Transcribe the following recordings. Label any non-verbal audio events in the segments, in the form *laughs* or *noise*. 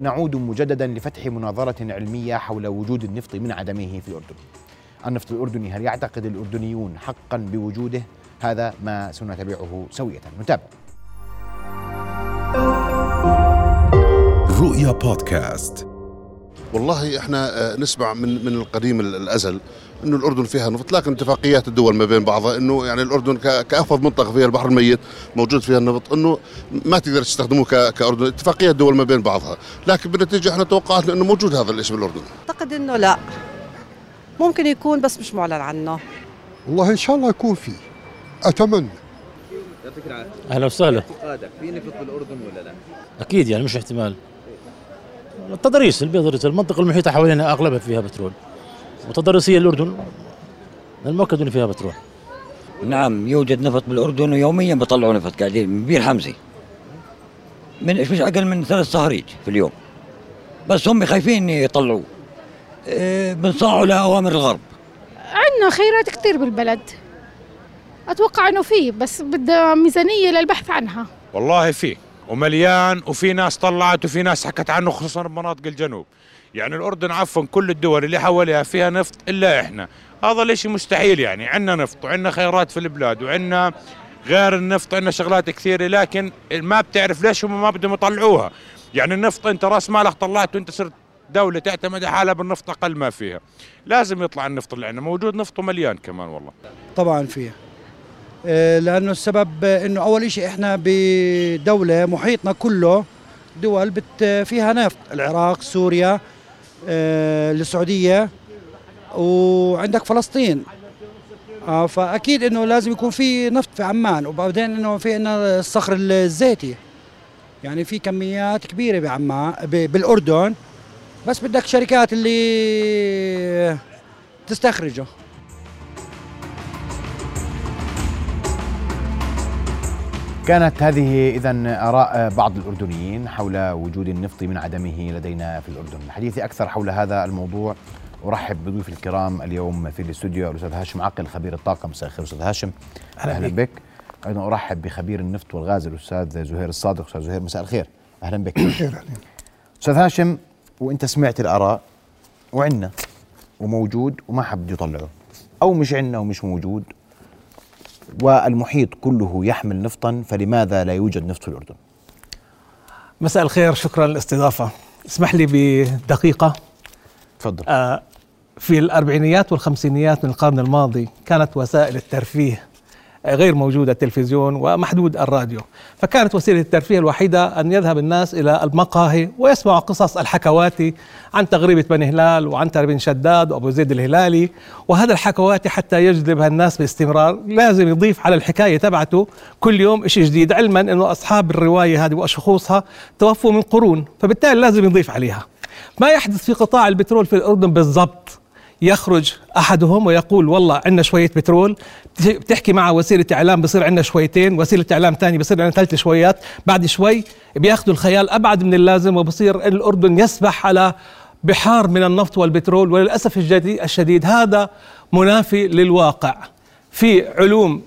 نعود مجددا لفتح مناظرة علمية حول وجود النفط من عدمه في الأردن. النفط الأردني هل يعتقد الأردنيون حقا بوجوده؟ هذا ما سنتابعه سوية، نتابع. رؤيا بودكاست والله احنا آه، نسمع من من القديم ال- الازل انه الاردن فيها نفط لكن اتفاقيات الدول ما بين بعضها انه يعني الاردن ك- كافضل منطقه فيها البحر الميت موجود فيها النفط انه ما تقدر تستخدموه ك- كاردن اتفاقيات الدول ما بين بعضها لكن بالنتيجه احنا توقعاتنا انه موجود هذا الاسم الاردن اعتقد انه لا ممكن يكون بس مش معلن عنه والله ان شاء الله يكون في اتمنى يعطيك العافيه اهلا وسهلا اعتقادك في نفط بالاردن ولا لا؟ اكيد يعني مش احتمال التضاريس البيضريس المنطقه المحيطه حوالينا اغلبها فيها بترول وتضاريس هي الاردن المؤكد ان فيها بترول نعم يوجد نفط بالاردن ويوميا بيطلعوا نفط قاعدين من بير حمزه من مش اقل من ثلاث صهاريج في اليوم بس هم خايفين يطلعوه إيه، بنصاعوا لاوامر الغرب عندنا خيرات كتير بالبلد أتوقع أنه فيه بس بدها ميزانية للبحث عنها والله فيه ومليان وفي ناس طلعت وفي ناس حكت عنه خصوصا بمناطق الجنوب يعني الأردن عفوا كل الدول اللي حواليها فيها نفط إلا إحنا هذا الإشي مستحيل يعني عندنا نفط وعندنا خيرات في البلاد وعندنا غير النفط عندنا شغلات كثيرة لكن ما بتعرف ليش هم ما بدهم يطلعوها يعني النفط أنت رأس مالك طلعته وأنت صرت دولة تعتمد على حالها بالنفط أقل ما فيها لازم يطلع النفط اللي عندنا موجود نفط مليان كمان والله طبعا فيها آه، لانه السبب آه، انه اول شيء احنا بدوله محيطنا كله دول بت فيها نفط العراق سوريا آه، السعوديه وعندك فلسطين آه، فاكيد انه لازم يكون في نفط في عمان وبعدين انه في عندنا الصخر الزيتي يعني في كميات كبيره بعمان ب- بالاردن بس بدك شركات اللي تستخرجه كانت هذه إذا آراء بعض الأردنيين حول وجود النفط من عدمه لدينا في الأردن. الحديث أكثر حول هذا الموضوع أرحب بضيوف الكرام اليوم في الاستوديو الأستاذ هاشم عقل خبير الطاقة مساء الخير أستاذ هاشم. أهلا بك. أيضا أرحب بخبير النفط والغاز الأستاذ زهير الصادق أستاذ زهير مساء الخير. أهلا بك. استاذ هاشم وانت سمعت الاراء وعنا وموجود وما حب يطلعه او مش عنا ومش موجود والمحيط كله يحمل نفطا فلماذا لا يوجد نفط في الاردن؟ مساء الخير شكرا للاستضافة اسمح لي بدقيقة تفضل آه، في الأربعينيات والخمسينيات من القرن الماضي كانت وسائل الترفيه آه، غير موجودة التلفزيون ومحدود الراديو فكانت وسيلة الترفيه الوحيدة أن يذهب الناس إلى المقاهي ويسمعوا قصص الحكواتي عن تغريبة بني هلال وعنتر بن شداد وأبو زيد الهلالي وهذا الحكواتي حتى يجذبها الناس باستمرار لازم يضيف على الحكاية تبعته كل يوم شيء جديد علما أنه أصحاب الرواية هذه وأشخاصها توفوا من قرون فبالتالي لازم يضيف عليها ما يحدث في قطاع البترول في الأردن بالضبط يخرج أحدهم ويقول والله عندنا شوية بترول بتحكي مع وسيلة إعلام بصير عندنا شويتين وسيلة إعلام تاني بصير عندنا ثلاث شويات بعد شوي بياخذوا الخيال أبعد من اللازم وبصير الأردن يسبح على بحار من النفط والبترول وللأسف الجدي- الشديد هذا منافي للواقع في علوم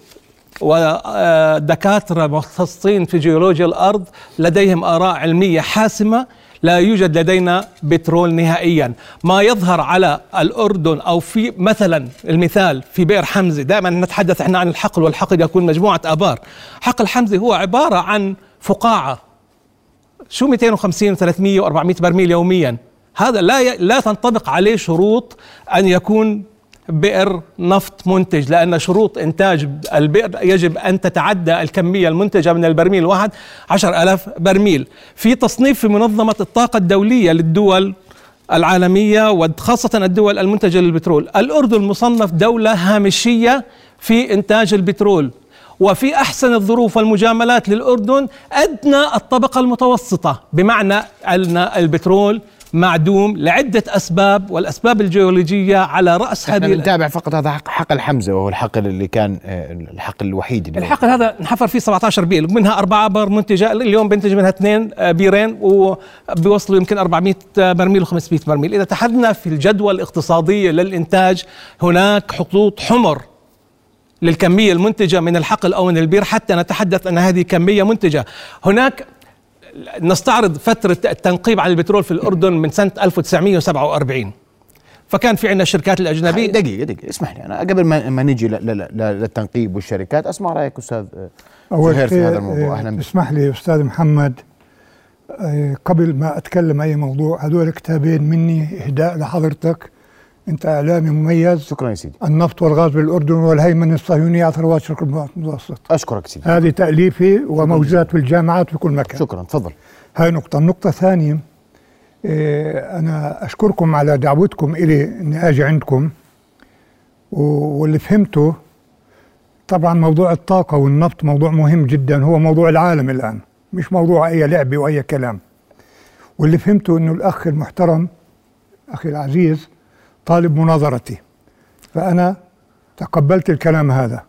ودكاترة مختصين في جيولوجيا الأرض لديهم آراء علمية حاسمة لا يوجد لدينا بترول نهائيا ما يظهر على الأردن أو في مثلا المثال في بئر حمزة دائما نتحدث احنا عن الحقل والحقل يكون مجموعة أبار حقل حمزة هو عبارة عن فقاعة شو 250 و300 و400 برميل يوميا هذا لا ي... لا تنطبق عليه شروط ان يكون بئر نفط منتج لان شروط انتاج البئر يجب ان تتعدى الكميه المنتجه من البرميل الواحد 10000 برميل في تصنيف في منظمه الطاقه الدوليه للدول العالمية وخاصة الدول المنتجة للبترول الأردن مصنف دولة هامشية في إنتاج البترول وفي أحسن الظروف والمجاملات للأردن أدنى الطبقة المتوسطة بمعنى أن البترول معدوم لعدة أسباب والأسباب الجيولوجية على رأس احنا هذه بنتابع فقط هذا حق- حقل حمزه وهو الحقل اللي كان آه، الحقل الوحيد اللي الحقل هذا انحفر فيه 17 بيل منها أربعة بار منتجة اليوم بنتج منها اثنين آه، بيرين وبيوصلوا يمكن 400 برميل و500 برميل إذا تحدنا في الجدوى الاقتصادية للإنتاج هناك خطوط حمر للكمية المنتجة من الحقل أو من البير حتى نتحدث أن هذه كمية منتجة هناك نستعرض فترة التنقيب عن البترول في الأردن من سنة 1947 فكان في عندنا الشركات الأجنبية دقيقة دقيقة اسمح لي أنا قبل ما, ما نجي ل- ل- ل- للتنقيب والشركات أسمع رأيك أستاذ آه، زهير في شيء، هذا الموضوع آه، أهلا بك اسمح لي أستاذ محمد آه، قبل ما أتكلم أي موضوع هذول كتابين مني إهداء لحضرتك أنت إعلامي مميز شكرا يا سيدي النفط والغاز بالأردن والهيمنة الصهيونية على ثروات الشرق المتوسط أشكرك سيدي هذه تأليفي وموجودات في الجامعات في كل مكان شكرا تفضل هاي نقطة النقطة الثانية إيه، أنا أشكركم على دعوتكم إلي إني أجي عندكم و- واللي فهمته طبعا موضوع الطاقة والنفط موضوع مهم جدا هو موضوع العالم الآن مش موضوع أي لعبة وأي كلام واللي فهمته إنه الأخ المحترم أخي العزيز طالب مناظرتي فأنا تقبلت الكلام هذا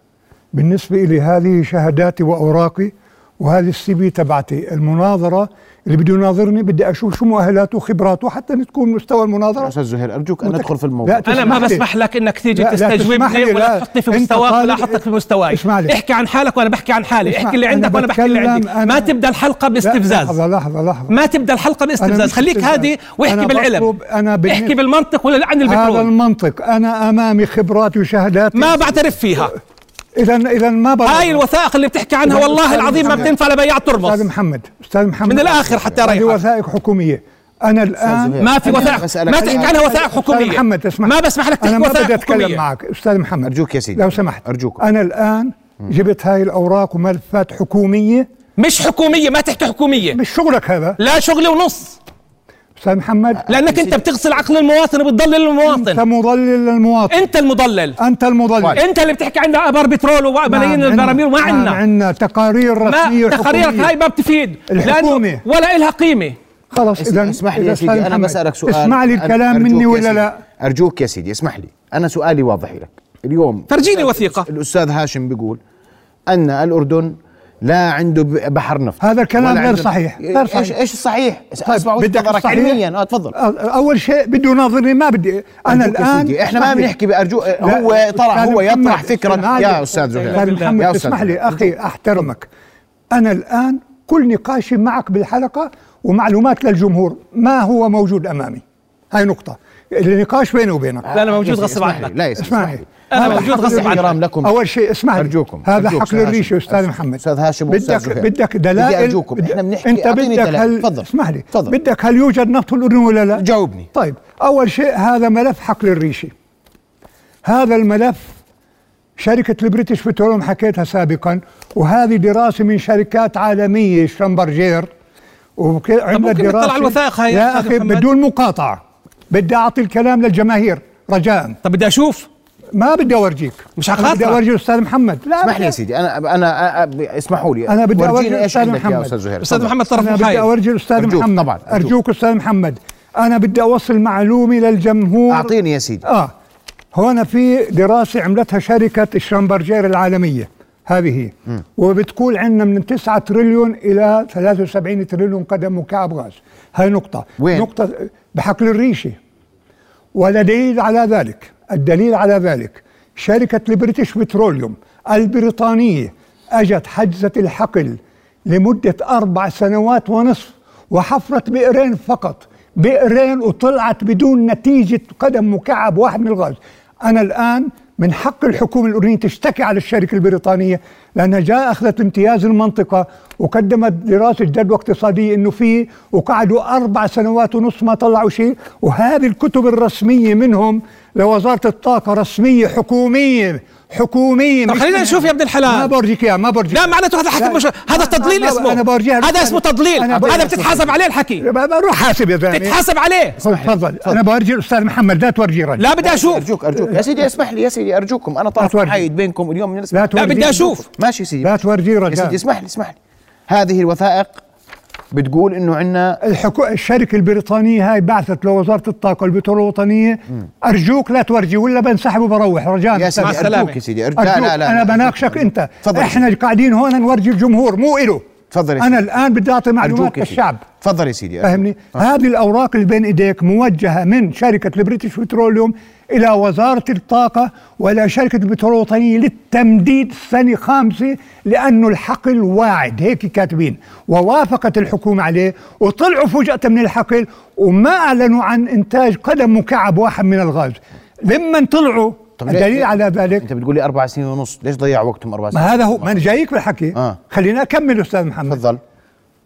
بالنسبة إلي هذه شهاداتي وأوراقي وهذه السي في تبعتي المناظرة اللي بده يناظرني بدي أشوف شو مؤهلاته وخبراته حتى إن تكون مستوى المناظرة أستاذ زهير أرجوك أن ندخل في الموضوع أنا ما بسمح لك إنك تيجي لا، لا تسمح تستجوبني لي، ولا لا. تحطني في أنت مستواك ولا طالب- أحطك في مستواي اسمع لي. احكي عن حالك وأنا بحكي عن حالي اسمع، احكي اللي أنا عندك وأنا بحكي اللي بتكلم عندي أنا- ما تبدأ الحلقة باستفزاز لحظة لحظة لحظة ما تبدأ الحلقة أنا باستفزاز مش خليك استفزاز. هادي واحكي أنا بالعلم بطلب- أنا بالنسبة- احكي بالمنطق ولا عن هذا البترول المنطق أنا أمامي خبراتي وشهاداتي ما بعترف فيها إذا إذا ما بضر هاي الوثائق اللي بتحكي عنها إذا والله أستاذ العظيم ما محمد- بتنفع لبياع ترمس أستاذ محمد أستاذ محمد من الآخر حتى هذه أريحك. وثائق حكومية أنا الآن ما في أنا- وثائق- أسألك- ما تحكي عنها وثائق أنا- أستاذ حكومية. محمد اسمح ما بسمح لك تحكي أنا ما وثائق بدي أتكلم حكومية. معك أستاذ محمد أرجوك يا سيدي لو سمحت أرجوك أنا الآن جبت هاي الأوراق وملفات حكومية مش حكومية ما تحكي حكومية مش شغلك هذا لا شغلي ونص أستاذ محمد لأنك أنت بتغسل عقل المواطن وبتضلل أنت المواطن مضلل للمواطن أنت المضلل أنت طيب. المضلل انت اللي بتحكي عندنا ابار بترول وملايين نعم، البراميل وما نعم، عندنا عندنا تقارير رسمية ما تقاريرك حكومية. هاي ما بتفيد الحكومة. لانه ولا إلها قيمه خلاص اس- إذا اسمح لي إذا يا سيدي أستاذ انا محمد، بسالك سؤال اسمع لي أنا- الكلام أرجوك مني يا ولا سيدي. لا ارجوك يا سيدي اسمح لي انا سؤالي واضح لك اليوم فرجيني وثيقه الاستاذ هاشم بيقول ان الاردن لا عنده ب- بحر نفط هذا الكلام ولا غير عنده- صحيح غير ايش صحيح ايش الصحيح؟ طيب، اسمع وجهة بدك نظرك الصحيح؟ علميا اه تفضل اول شيء بده يناظرني ما بدي انا أرجوك يا الان سيدي، احنا ما اسمح لي. بنحكي بأرجو لا، هو طرح أستاذ هو يطرح محمد، فكرة اسمح يا لي. أستاذ زهير استاذ محمد يا أستاذ اسمح لي زهير. اخي احترمك انا الان كل نقاشي معك بالحلقه ومعلومات للجمهور ما هو موجود امامي هاي نقطه النقاش بيني وبينك لا انا موجود يا سيدي، غصب اسمح لي. عنك لا يا سيدي، اسمع اسمح لي لي أنا هذا موجود حق غصب للريشة. عنك. لكم. اول شيء اسمح لي أرجوكم. هذا أرجوك حق أستاذ هاشم. للريشه استاذ محمد أستاذ هاشم وأستاذ بدك زهير. بدك بدي دلائل أرجوكم، بدك- إحنا بنحكي، انت أعطيني بدك دلائل. هل تفضل. اسمح لي تفضل. بدك هل يوجد نفط في الاردن ولا لا؟ جاوبني طيب اول شيء هذا ملف حقل الريشي هذا الملف شركة البريتش بتروليوم حكيتها سابقا وهذه دراسة من شركات عالمية شامبرجير وعملت ممكن نطلع دراسة على الوثائق هاي يا يا أستاذ أخي محمد؟ بدون مقاطعة بدي أعطي الكلام للجماهير رجاء طب بدي اشوف ما بدي أورجيك مش أنا بدي حقاطعك أورجي الأستاذ محمد لا اسمح لي يا بدي- سيدي انا انا أ- اسمحوا لي أنا بدي ورجيني ايش أورجي الأستاذ عندك يا محمد استاذ زهير استاذ تفضل. محمد طرف أنا بدي محايد أورجي الأستاذ أرجوك محمد طبعاً، أرجوك. أرجوك أستاذ محمد أنا بدي أوصل معلومة للجمهور اعطيني يا سيدي اه هون في دراسه عملتها شركه شرمبرجير العالميه هذه هي وبتقول عندنا من 9 تريليون الى 73 تريليون قدم مكعب غاز هاي نقطه وين؟ نقطه بحقل الريشه ودليل على ذلك الدليل على ذلك شركة البريتش بتروليوم البريطانية أجت حجزت الحقل لمدة أربع سنوات ونصف وحفرت بئرين فقط بئرين وطلعت بدون نتيجة قدم مكعب واحد من الغاز أنا الآن من حق الحكومة الأردنية تشتكي على الشركة البريطانية لأنها جاء أخذت امتياز المنطقة وقدمت دراسة جدوى اقتصادية إنه فيه وقعدوا أربع سنوات ونص ما طلعوا شيء وهذه الكتب الرسمية منهم لوزارة الطاقة رسمية حكومية حكومية طب مش خلينا من- نشوف يا ابن ما الحلال بورجيك إياه ما بورجيك لا معناته هذا حكي لا، مش هذا ما- تضليل ما- اسمه أنا بورجيها هذا اسمه تضليل أنا هذا بورجيها بتتحاسب عليه الحكي بروح حاسب يا زلمة تتحاسب عليه تفضل أنا بورجي الأستاذ محمد لا تورجي رجل لا بدي اشوف ارجوك ارجوك يا سيدي اسمح لي يا سيدي ارجوكم انا طرف تورجي. محايد بينكم اليوم من الاسم- لا لا تورجي بدي اشوف ماشي يا سيدي لا تورجي يا سيدي رجاء اسمح لي اسمح لي هذه الوثائق بتقول انه عندنا الحكو... الشركة البريطانية هاي بعثت لوزارة الطاقة البترول الوطنية أرجوك لا تورجي ولا بنسحب وبروح رجاء يا سيدي مع ارجوك السلامة. يا سيدي أرجوك. أرجوك. أنا بناقشك أنت تفضل. إحنا قاعدين هون نورجي الجمهور مو إله تفضل يا انا سيدي. الان بدي اعطي معلومات أرجوك يا سيدي. للشعب تفضل يا سيدي فهمني آه. هذه الاوراق اللي بين ايديك موجهه من شركه البريتش بتروليوم الى وزاره الطاقه والى شركه البترول الوطنيه للتمديد سنه خامسه لانه الحقل واعد هيك كاتبين ووافقت الحكومه عليه وطلعوا فجاه من الحقل وما اعلنوا عن انتاج قدم مكعب واحد من الغاز لما طلعوا ليش- الدليل على ذلك انت بتقول لي اربع سنين ونص ليش ضيعوا وقتهم اربع سنين ما هذا هو ما انا جايك بالحكي آه. خلينا اكمل استاذ محمد تفضل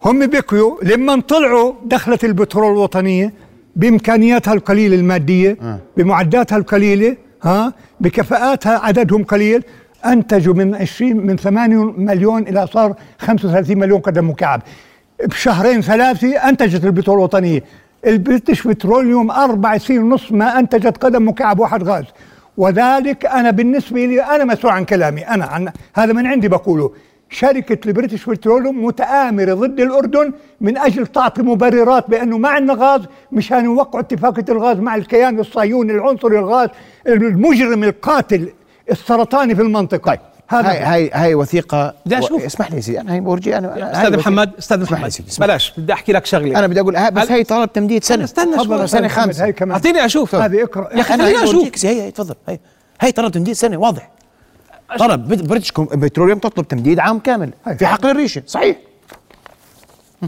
هم بكيوا لما طلعوا دخلت البترول الوطنيه بامكانياتها القليله الماديه آه. بمعداتها القليله ها بكفاءاتها عددهم قليل انتجوا من 20 من 8 مليون الى صار 35 مليون قدم مكعب بشهرين ثلاثه انتجت البترول الوطنيه البريتش بتروليوم اربع سنين ونص ما انتجت قدم مكعب واحد غاز وذلك انا بالنسبه لي انا مسؤول عن كلامي انا عن هذا من عندي بقوله شركه البريتش بتروليوم متآمره ضد الاردن من اجل تعطي مبررات بانه ما عندنا غاز مشان يوقعوا اتفاقيه الغاز مع الكيان الصهيوني العنصري الغاز المجرم القاتل السرطاني في المنطقه طيب. هذا هاي هاي هاي وثيقه بدي أشوف. اسمح لي يا سيدي انا هي بورجي انا أنا- هاي استاذ وثيقة. محمد استاذ اسمح لي محمد سيدي، اسمح لي. بلاش بدي آه، احكي لك شغله انا بدي اقول ها- بس هل- هي طلب تمديد سنه استنى شوي. تفضل سنه خامسه هاي كمان اعطيني اشوف هذه اقرا طيب. يا اخي أنا خليني بدي اشوف أشوف. هي هي تفضل هي هي ترى تمديد سنه واضح طلب بت- بريتش كوم- بتروليوم تطلب تمديد عام كامل في حقل الريشه صحيح م.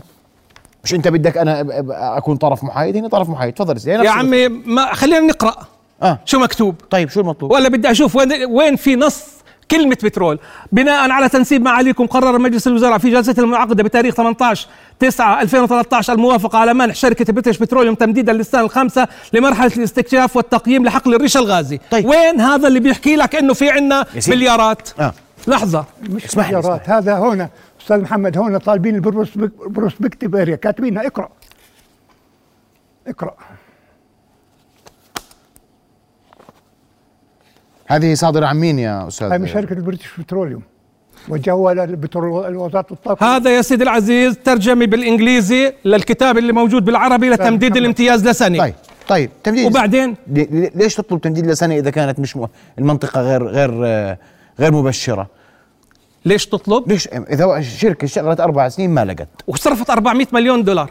مش انت بدك انا أب- أب- اكون طرف محايد هنا طرف محايد تفضل يا سيدي. هي يا نفس عمي ما خلينا نقرا آه. شو مكتوب طيب شو المطلوب ولا بدي اشوف وين وين في نص كلمة بترول بناء على تنسيب معاليكم قرر مجلس الوزراء في جلسته المعقدة بتاريخ 18 9 2013 الموافقة على منح شركة بريتش بتروليوم تمديدا للسنة الخامسة لمرحلة الاستكشاف والتقييم لحقل الريشة الغازي طيب. وين هذا اللي بيحكي لك انه في عندنا سيدي. مليارات آه. لحظة مش اسمح مليارات هذا هون استاذ محمد هون طالبين البروسبك- البروسبكتيف اريا كاتبينها اقرا اقرا هذه صادره عن مين يا استاذ هاي من شركه البريتش بتروليوم وجهوها للبترول وزاره الطاقه هذا يا سيدي العزيز ترجمة بالإنجليزي للكتاب اللي موجود بالعربي لتمديد الامتياز لسنة طيب طيب تمديد وبعدين لي- لي- ليش تطلب تمديد لسنه اذا كانت مش م... المنطقه غير غير آه، غير مبشره ليش تطلب ليش اذا هو شركه اشتغلت اربع سنين ما لقت وصرفت 400 مليون دولار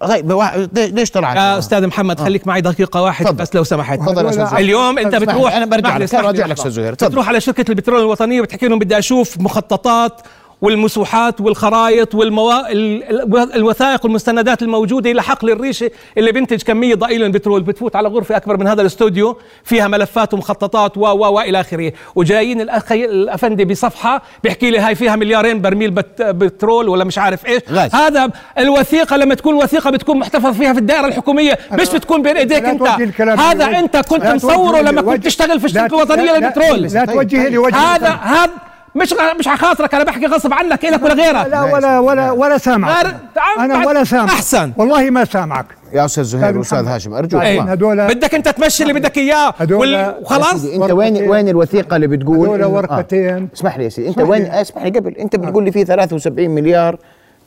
طيب واحد- ليش- ليش طلعت آه استاذ محمد خليك معي دقيقه واحد تفضل. بس لو سمحت تفضل يا أستاذ زهير. اليوم طب انت اسمح لي، بتروح أنا برجع اسمح لي، لك، اسمح لي أرجع لك لحظة. أستاذ زهير، تفضل. بتروح على شركه البترول الوطنيه بتحكي لهم بدي اشوف مخططات والمسوحات والخرائط والموا... ال- ال- الوثائق والمستندات الموجوده لحقل الريشه اللي بينتج كميه ضئيله من البترول بتفوت على غرفه اكبر من هذا الاستوديو فيها ملفات ومخططات و و والى اخره وجايين الأخي... الافندي بصفحه بيحكي لي هاي فيها مليارين برميل بت... بترول ولا مش عارف ايش غاز. هذا الوثيقه لما تكون وثيقه بتكون محتفظ فيها في الدائره الحكوميه مش بتكون بين ايديك لا انت توجه الكلام هذا للوجه. انت كنت لا مصوره توجه لما للوجه. كنت تشتغل في الشركه لا- الوطنيه لا- لا- للبترول لا توجه لي وجه هذا الكلام. هذا مش مش على خاطرك انا بحكي غصب عنك الك ولا غيرك لا ولا ولا ولا سامعك غير- تعال انا بعد- ولا سامعك أحسن. والله ما سامعك يا استاذ زهير أستاذ واستاذ محمد. هاشم ارجوك بعدين ما. هدول إيه. بدك انت تمشي اللي بدك اياه هدول- وال- يا وخلاص سيدي، انت وين وين الوثيقه اللي بتقول هذول إنه- ورقتين. اسمح لي يا سيدي انت اسمح وين لي. آه، اسمح لي قبل انت بتقول لي في 73 مليار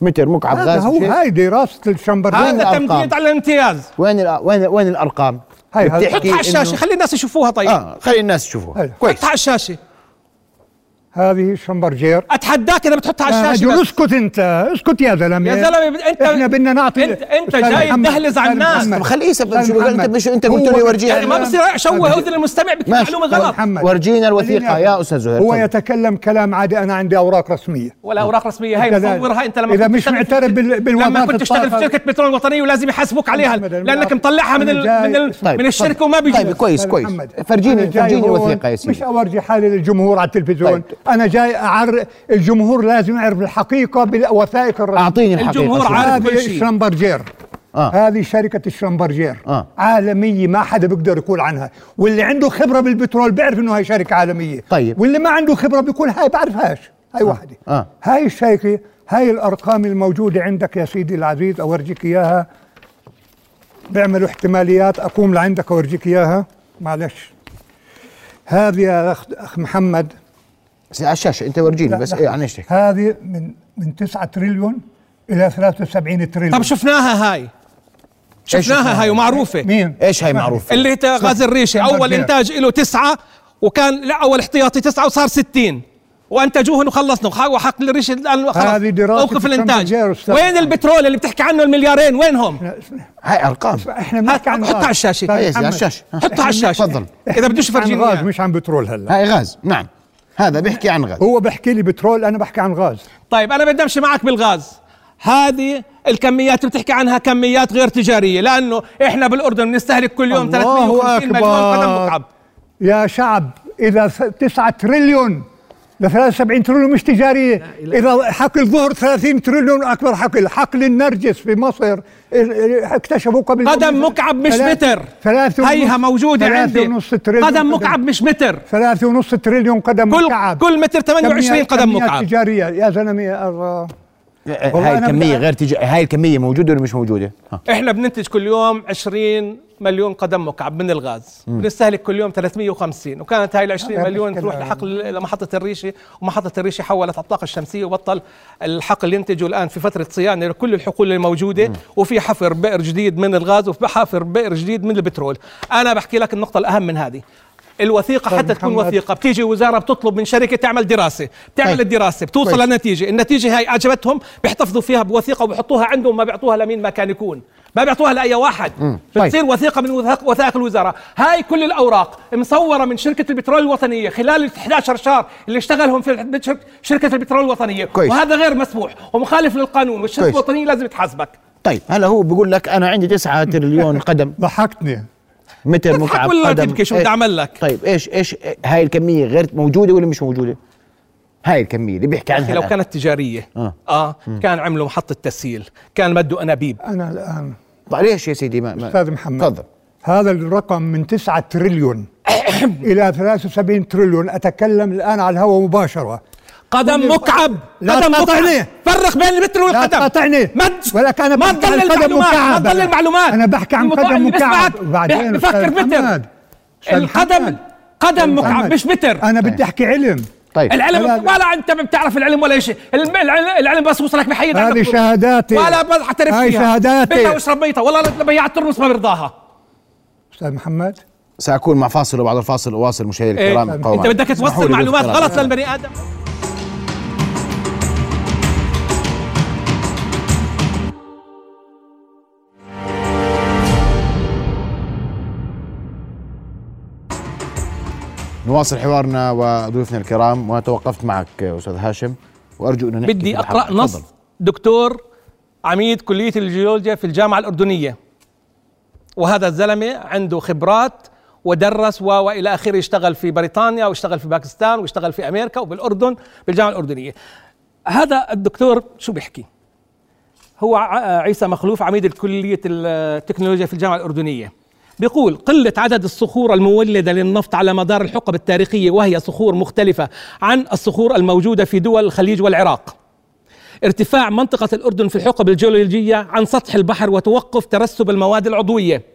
متر مكعب هذا غاز هو وشيء. هاي دراسه الشمبرلين هذا الأرقام؟ تمديد على الامتياز وين الأ- وين وين الارقام هاي هذا. حطها على الشاشه خلي الناس يشوفوها طيب آه، اه خلي الناس يشوفوها هاي. كويس حطها على الشاشه هذه شمبرجير اتحداك اذا بتحطها على آه، الشاشه أجل بس. اسكت انت اسكت يا زلمه يا زلمه بد- انت احنا بدنا نعطي انت انت أستاذ جاي محمد. تدهلز على أستاذ الناس محمد. طب خليه يسب أستاذ شو بقول- انت محمد. مش انت قلت هو- لي ورجيها يعني ما لنا. بصير اشوه اذن المستمع بكل ماشي. معلومه غلط طيب، محمد. ورجينا الوثيقه خليني يا استاذ زهير هو تفضل. يتكلم كلام عادي انا عندي اوراق رسميه ولا اوراق رسميه هاي كذلك. مصورها انت لما إذا كنت مش تشتغل في- معترف بال- بالوظائف لما كنت تشتغل في الطاقة. شركه بترول وطنيه ولازم يحاسبوك عليها محمد، أنا لانك بعرف. مطلعها من أنا ال... جاي- من, ال... طيب، من تفضل. الشركه وما بيجي طيب، كويس. أستاذ محمد، فرجيني- أنا جاي فرجيني هون الوثيقة يا سيدي. مش اورجي حالي للجمهور على التلفزيون طيب. انا جاي اعر الجمهور لازم يعرف الحقيقه بالوثائق الرسميه اعطيني الحقيقه الجمهور شو- عارف كل هذه شيء شرمبرجير آه. هذه شركة الشرمبرجير آه. عالمية ما حدا بيقدر يقول عنها واللي عنده خبرة بالبترول بيعرف انه هاي شركة عالمية طيب. واللي ما عنده خبرة بيقول هاي بعرفهاش هاي واحدة آه. هاي الشركة هاي الأرقام الموجودة عندك يا سيدي العزيز أورجيك إياها بيعملوا احتماليات أقوم لعندك أورجيك إياها معلش هذه يا أخ أخ محمد على الشاشه انت ورجيني لا، بس لحظة. إيه، عن ايش تحكي؟ هذه من من 9 تريليون إلى 73 تريليون طب شفناها هاي شفناها هاي ومعروفه مين؟ ايش هاي معروفه اللي هي غاز الريشه شمبرجير. اول انتاج له تسعة وكان لا اول احتياطي تسعة وصار 60 وانتجوهن وخلصنا وخ- وحقل الريش الآن خلاص. هذه دراسة اوقف بتسمى الانتاج جير أستاذ. وين البترول اللي بتحكي عنه المليارين وينهم؟ هاي ارقام احنا بنحكي عن حطها غاز. على الشاشه طيب، محمد. حطها على إحنا الشاشه بنحكي- اذا بدوش بنحكي عن فرجيني غاز إياها. مش عن بترول هلا هاي غاز نعم هذا بيحكي عن غاز هو بحكي لي بترول انا بحكي عن غاز طيب انا بدي امشي معك بالغاز هذه الكميات اللي بتحكي عنها كميات غير تجاريه لانه احنا بالاردن بنستهلك كل يوم الله 350 مليون قدم أكبر. مكعب يا شعب اذا 9 تريليون ل 73 تريليون مش تجاريه اذا حقل ظهر 30 تريليون اكبر حقل حقل النرجس في مصر اه، اه، اكتشفوا قبل قدم مكعب مش متر ثلاثة هيها موجودة عندي ونص تريليون قدم مكعب مش متر ثلاثة ونص تريليون قدم كل- مكعب كل متر 28 كميات- قدم كميات مكعب. تجارية يا زلمة يا الله والله هاي أنا الكميه بدي- غير تجي هاي الكميه موجوده ولا مش موجوده إيه، ها. احنا بننتج كل يوم 20 مليون قدم مكعب من الغاز مم. بنستهلك كل يوم 350 وكانت هاي ال 20 هذا مليون مشكلة. يعني. تروح لحقل لمحطه الريشه ومحطه الريشه حولت على الطاقه الشمسيه وبطل الحقل ينتجه الان في فتره صيانه لكل الحقول الموجوده وفي حفر بئر جديد من الغاز وفي حفر بئر جديد من البترول انا بحكي لك النقطه الاهم من هذه الوثيقه طيب حتى تكون محمد. وثيقه بتيجي وزاره بتطلب من شركه تعمل دراسه بتعمل طيب. الدراسه بتوصل كويس. لنتيجه النتيجه هاي عجبتهم بيحتفظوا فيها بوثيقه وبيحطوها عندهم ما بيعطوها لمين ما كان يكون ما بيعطوها لاي واحد مم. طيب. بتصير وثيقه من وثائق, وثائق الوزاره هاي كل الاوراق مصوره من شركه البترول الوطنيه خلال ال 11 شهر اللي اشتغلهم في الح- شر- شركه البترول الوطنيه كويس. وهذا غير مسموح ومخالف للقانون والشركه كويس. الوطنيه لازم تحاسبك طيب هلا هو بيقول لك انا عندي 9 تريليون قدم *laughs* ضحكتني متر تضحك مكعب ولا قدم تبكي؟ شو إيه. بدي أعمل لك؟ طيب ايش ايش إيه، هاي الكميه غير موجوده ولا مش موجوده هاي الكميه اللي بيحكي عنها لو الآن. كانت تجاريه يعني آه. اه كان عملوا محطه تسييل كان مدوا انابيب أنا الآن طيب ليش يا سيدي ما, ما أستاذ محمد تفضل هذا الرقم من 9 تريليون إلى 73 تريليون أتكلم الآن على الهواء مباشرة قدم مكعب لا قدم تقاطعني. مكعب فرق بين المتر لا والقدم تقاطعني مد ولك أنا ما بحكي عن تضل قدم المعلومات ما مكعب تضل أنا. المعلومات أنا بحكي عن المطلع قدم اللي مكعب بيسمعك بفكر أستاذ متر محمد. أستاذ القدم محمد. قدم مكعب محمد. مش متر أنا بدي أحكي علم طيب العلم هذا- ولا انت بتعرف العلم ولا شيء الم- العلم- العلم بس وصلك بحيد هذه عندك. شهاداتي. ولا بعترف هاي فيها شهاداتي. بدها وشربيتها والله لما هي على الترمس ما برضاها أستاذ محمد ساكون مع فاصل وبعد الفاصل اواصل مشاهدي إيه. الكرام قوماً. انت بدك اسمحوا لي توصل معلومات بالاختراق. غلط للبني ادم نواصل حوارنا وضيوفنا الكرام وتوقفت معك استاذ هاشم وارجو انه نحكي في بدي الحلقة. اقرا نص تفضل. دكتور عميد كليه الجيولوجيا في الجامعه الاردنيه وهذا الزلمه عنده خبرات ودرس و والى اخره اشتغل في بريطانيا واشتغل في باكستان واشتغل في امريكا وبالاردن بالجامعه الاردنيه هذا الدكتور شو بيحكي هو ع- عيسى مخلوف عميد كليه التكنولوجيا في الجامعه الاردنيه بيقول قلة عدد الصخور المولدة للنفط على مدار الحقب التاريخية وهي صخور مختلفة عن الصخور الموجودة في دول الخليج والعراق ارتفاع منطقة الأردن في الحقب الجيولوجية عن سطح البحر وتوقف ترسب المواد العضوية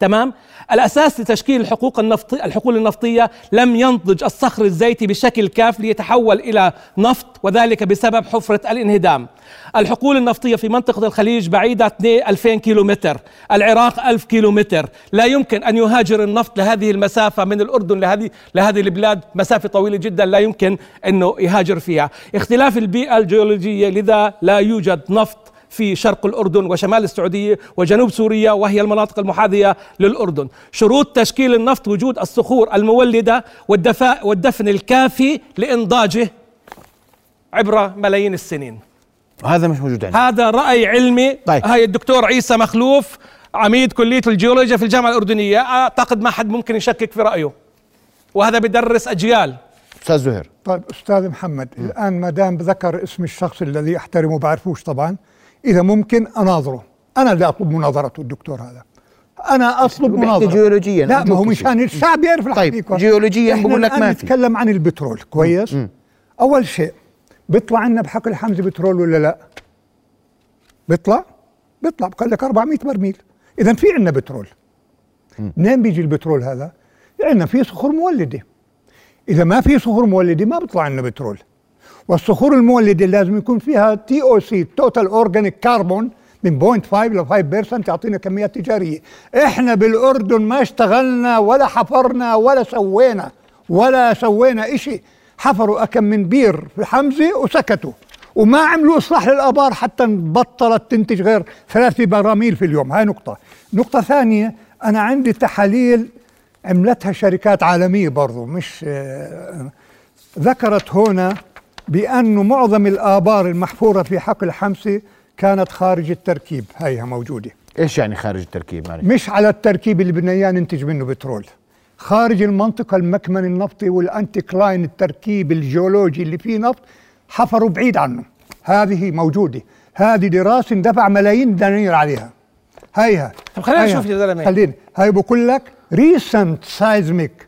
تمام الأساس لتشكيل الحقوق النفطي الحقول النفطية لم ينضج الصخر الزيتي بشكل كاف ليتحول إلى نفط وذلك بسبب حفرة الانهدام الحقول النفطية في منطقة الخليج بعيدة 2000 كيلومتر العراق 1000 كيلومتر لا يمكن أن يهاجر النفط لهذه المسافة من الأردن لهذه لهذه البلاد مسافة طويلة جدا لا يمكن أنه يهاجر فيها اختلاف البيئة الجيولوجية لذا لا يوجد نفط في شرق الأردن وشمال السعودية وجنوب سوريا وهي المناطق المحاذية للأردن شروط تشكيل النفط وجود الصخور المولدة والدفاء والدفن الكافي لإنضاجه عبر ملايين السنين هذا مش موجود عندي هذا رأي علمي طيب. هاي الدكتور عيسى مخلوف عميد كلية الجيولوجيا في الجامعة الأردنية أعتقد ما حد ممكن يشكك في رأيه وهذا بدرس أجيال استاذ زهير طيب استاذ محمد الان ما دام ذكر اسم الشخص الذي احترمه بعرفوش طبعا اذا ممكن اناظره انا اللي اطلب مناظرته الدكتور هذا انا اطلب بيحكي مناظره جيولوجياً، لا ما هو أرجوك يا مشان الشعب يعرف طيب، الحقيقة. جيولوجياً إحنا بقول لك الآن ما في. نتكلم عن البترول كويس اول شيء بيطلع عندنا بحقل حمزه بترول ولا لا بيطلع بيطلع بقول لك 400 برميل اذا في عندنا بترول منين بيجي البترول هذا عندنا في صخور مولده اذا ما في صخور مولده ما بيطلع لنا بترول والصخور المولده لازم يكون فيها تي او سي توتال اورجانيك كربون من 0.5 ل 5% تعطينا كميات تجاريه احنا بالاردن ما اشتغلنا ولا حفرنا ولا سوينا ولا سوينا إشي حفروا أكم من بير في حمزة وسكتوا وما عملوا إصلاح للآبار حتى بطلت تنتج غير ثلاثة براميل في اليوم هاي نقطة نقطة ثانية أنا عندي تحاليل عملتها شركات عالمية برضو مش آه، ذكرت هنا بأن معظم الآبار المحفورة في حقل حمسي كانت خارج التركيب هيها موجودة ايش يعني خارج التركيب معلش مش على التركيب اللي بدنا اياه ننتج منه بترول خارج المنطقة المكمن النفطي والانتيكلاين التركيب الجيولوجي اللي فيه نفط حفروا بعيد عنه هذه موجودة هذه دراسة اندفع ملايين دنانير عليها هيها طب خلينا هيها. نشوف يا زلمة. خلينا هاي بقول لك ريسنت سايزميك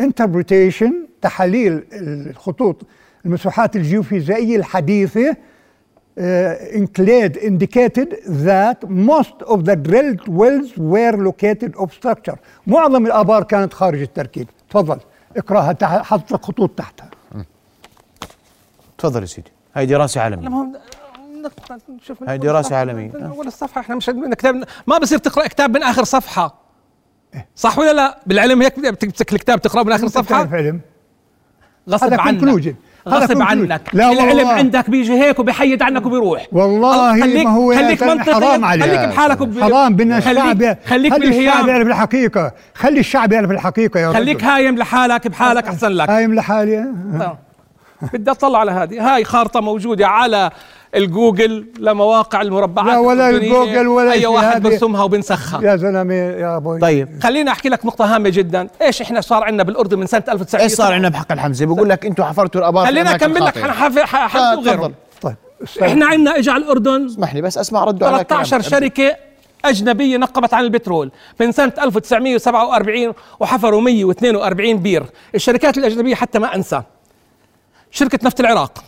انتربريتيشن تحاليل الخطوط المساحات الجيوفيزيائية الحديثة uh, included indicated that most of the drilled wells were located off structure معظم الآبار كانت خارج التركيب تفضل اقراها تح- حط لك خطوط تحتها تفضل يا سيدي هاي دراسة عالمية نشوف هاي دراسة عالمية إيه. من اول الصفحه احنا مش عندنا كتاب ما بصير تقرا كتاب من اخر صفحه إيه. صح ولا لا بالعلم هيك بت- بتمسك الكتاب تقراه من اخر صفحه علم غصب هذا عنك conclusion. هذا غصب conclusion. عنك لا العلم والله. عندك بيجي هيك وبيحيد عنك وبيروح والله خليك- ما هو يا خليك كلام منطقي، حرام عليك خليك بحالك وب- حرام بدنا خليك- الشعب خليك خلي الشعب بالهيام. يعرف الحقيقه خلي الشعب يعرف الحقيقه يا خليك رجل هايم لحالك بحالك احسن لك طيب. هايم لحالي بدي اطلع على هذه هاي خارطه موجوده على الجوجل لمواقع المربعات لا ولا الأردنية. الجوجل ولا اي شيء، واحد هذه- برسمها وبنسخها يا زلمه يا ابوي طيب خليني احكي لك نقطه هامه جدا ايش احنا صار عندنا بالاردن من سنه 1900 ايش إيه صار عندنا بحق الحمزة بقول لك انتوا حفرتوا الآبار في خلينا أماكن اكمل لك خاطئة. انا حافر آه، حافظ غيره تفضل. طيب احنا عندنا اجى على الاردن اسمح لي بس اسمع رده على 13 كلامك. شركه اجنبيه نقبت عن البترول من سنه 1947 وحفروا 142 بير الشركات الاجنبيه حتى ما انسى شركه نفط العراق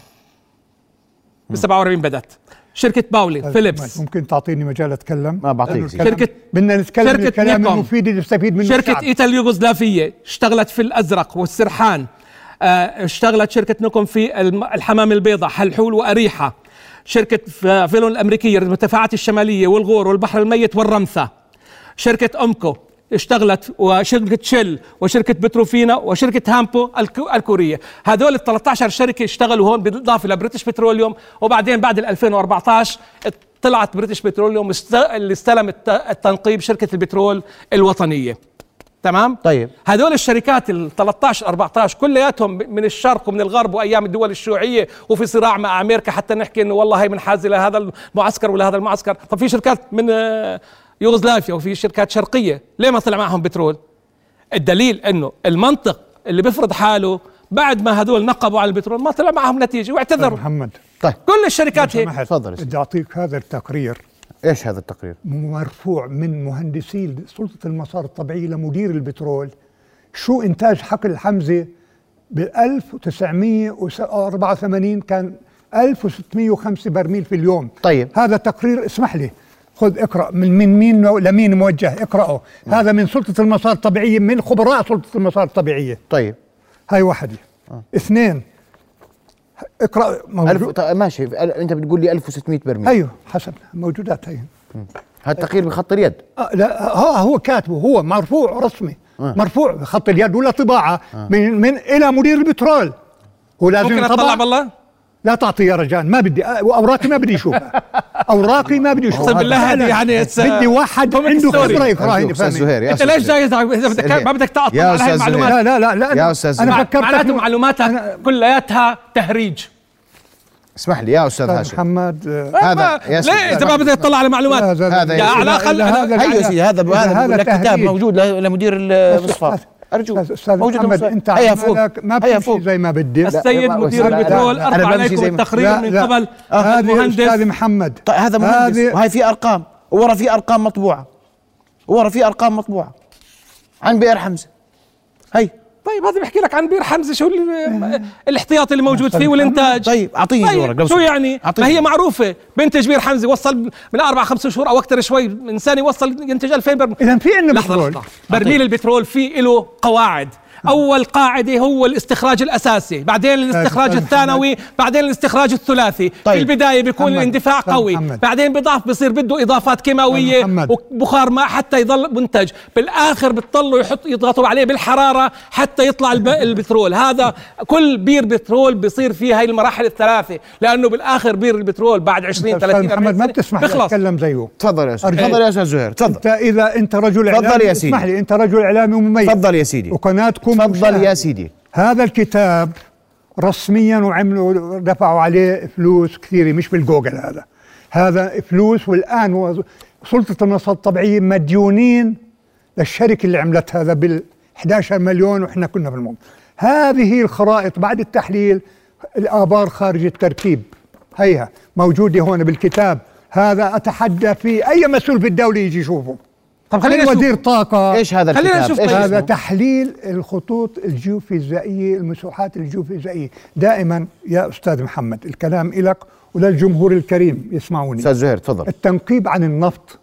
ب 47 بدات شركه باولي فيليبس طيب، ممكن تعطيني مجال اتكلم ما بعطيك شركة- بدنا نتكلم شركة الكلام نيكوم. المفيد اللي يستفيد منه شركة الشعب. إيتا اليوغوسلافية اشتغلت في الأزرق والسرحان آه، اشتغلت شركة نوكم في الم- الحمام البيضاء حلحول وأريحة شركة ف- فيلون الأمريكية المرتفعات الشمالية والغور والبحر الميت والرمثة شركة أمكو اشتغلت وشركة شل وشركة بتروفينا وشركة هامبو الك- الكورية هذول ال 13 شركة اشتغلوا هون بالإضافة لبريتش بتروليوم وبعدين بعد ال 2014 طلعت بريتش بتروليوم است- اللي استلم الت- التنقيب شركة البترول الوطنية تمام طيب هذول الشركات ال 13 14 كلياتهم من الشرق ومن الغرب وايام الدول الشيوعيه وفي صراع مع امريكا حتى نحكي انه والله هي منحازه لهذا المعسكر ولا هذا المعسكر طب في شركات من آه، يوغوسلافيا وفي شركات شرقيه ليه ما طلع معهم بترول الدليل انه المنطق اللي بيفرض حاله بعد ما هذول نقبوا على البترول ما طلع معهم نتيجه واعتذروا محمد طيب كل الشركات هيك تفضل بدي اعطيك هذا التقرير ايش هذا التقرير مرفوع من مهندسي سلطة المسار الطبيعي لمدير البترول شو إنتاج حقل حمزة ب 1984 كان 1605 برميل في اليوم طيب هذا تقرير اسمح لي خذ اقرا من من مين نو- لمين موجه اقراه هذا من سلطة المسار الطبيعية من خبراء سلطة المسار الطبيعية طيب آه. هاي واحدة اثنين اقرا ألف... طيب ماشي أل- انت بتقول لي 1600 برميل ايوه حسب موجودات هي هذا التقرير بخط اليد آه، لا آه، هو كاتبه هو مرفوع رسمي آه. مرفوع بخط اليد ولا طباعه آه. من من الى مدير البترول هو لازم ممكن يطبع؟ اطلع بالله لا تعطي يا رجال ما بدي آه، واوراقي ما بدي *laughs* اشوفها اوراقي ما بدي اشوفها اقسم بالله هذه أنا يعني بدي واحد عنده خبره يقراها انت ليش جايز ما بدك تعطل على هاي المعلومات لا لا لا لا أنا- انا فكرت معناته معلوماتها كلياتها تهريج اسمح لي يا طيب، استاذ هاشم محمد هذا يا سيدي ليه انت ما بدك تطلع على معلومات هذا يا على الاقل أنا- هيا يا سيدي هذا هذا بقول لك كتاب موجود ل- لمدير المصفى ارجوك استاذ موجود محمد المصفى. انت هيا فوق. عمالك ما هيا بتمشي فوق. زي ما بدي السيد لا، مدير لا، لا، البترول لا، لا. أرفع أنا بمشي عليكم زي ما- التقرير لا، من لا. قبل هذه المهندس. استاذ محمد هذا مهندس هذه- وهي في ارقام ورا في ارقام مطبوعه ورا في ارقام مطبوعه عن بئر حمزه هي طيب هذا بحكي لك عن بير حمزه شو ال- الاحتياطي اللي موجود فيه والانتاج طيب اعطيني دورك، لو طيب شو سمحت. يعني ما أعطيني. هي معروفه بنتج بير حمزه وصل من اربع خمس شهور او اكثر شوي انسان يوصل ينتج 2000 برميل اذا في عندنا لحظه بترول لحظه برميل البترول في له قواعد أول قاعدة هو الاستخراج الأساسي بعدين طيب، الاستخراج الثانوي بعدين الاستخراج الثلاثي في البداية بيكون محمد. الاندفاع طيب قوي محمد. بعدين بضعف بصير بده إضافات طيب كيماوية محمد. وبخار ماء حتى يضل منتج بالآخر بتضلوا يحط يضغطوا عليه بالحرارة حتى *laughs* يطلع الب- البترول هذا كل بير بترول بيصير فيه هاي المراحل الثلاثة لأنه بالآخر بير البترول بعد 20 أستاذ 30 طيب، محمد ما 40 بتسمح لي بيخلص اتكلم زيه تفضل يا أرجوك. تفضل يا استاذ زهير تفضل انت اذا انت رجل اعلامي تفضل يا سيدي. اسمح لي انت يعني رجل اعلامي مميز تفضل يا سيدي وقناتكم تفضل يا مشاهدة. سيدي هذا الكتاب رسميا وعملوا دفعوا عليه فلوس كثيره مش بالجوجل هذا هذا فلوس والان هو سلطه النصر الطبيعيه مديونين للشركه اللي عملت هذا بال 11 مليون واحنا كنا بالمنطقه هذه الخرائط بعد التحليل الابار خارج التركيب هيها موجوده هون بالكتاب هذا اتحدى فيه اي مسؤول في الدوله يجي يشوفه طب خلينا من نشوف. وزير طاقه إيش هذا آه. خلينا الكتاب؟ نشوف إيش طيب. هذا اسمه؟ تحليل الخطوط الجيوفيزيائيه المساحات الجيوفيزيائيه دائما يا استاذ محمد الكلام إلك وللجمهور الكريم يسمعوني استاذ زهير تفضل التنقيب عن النفط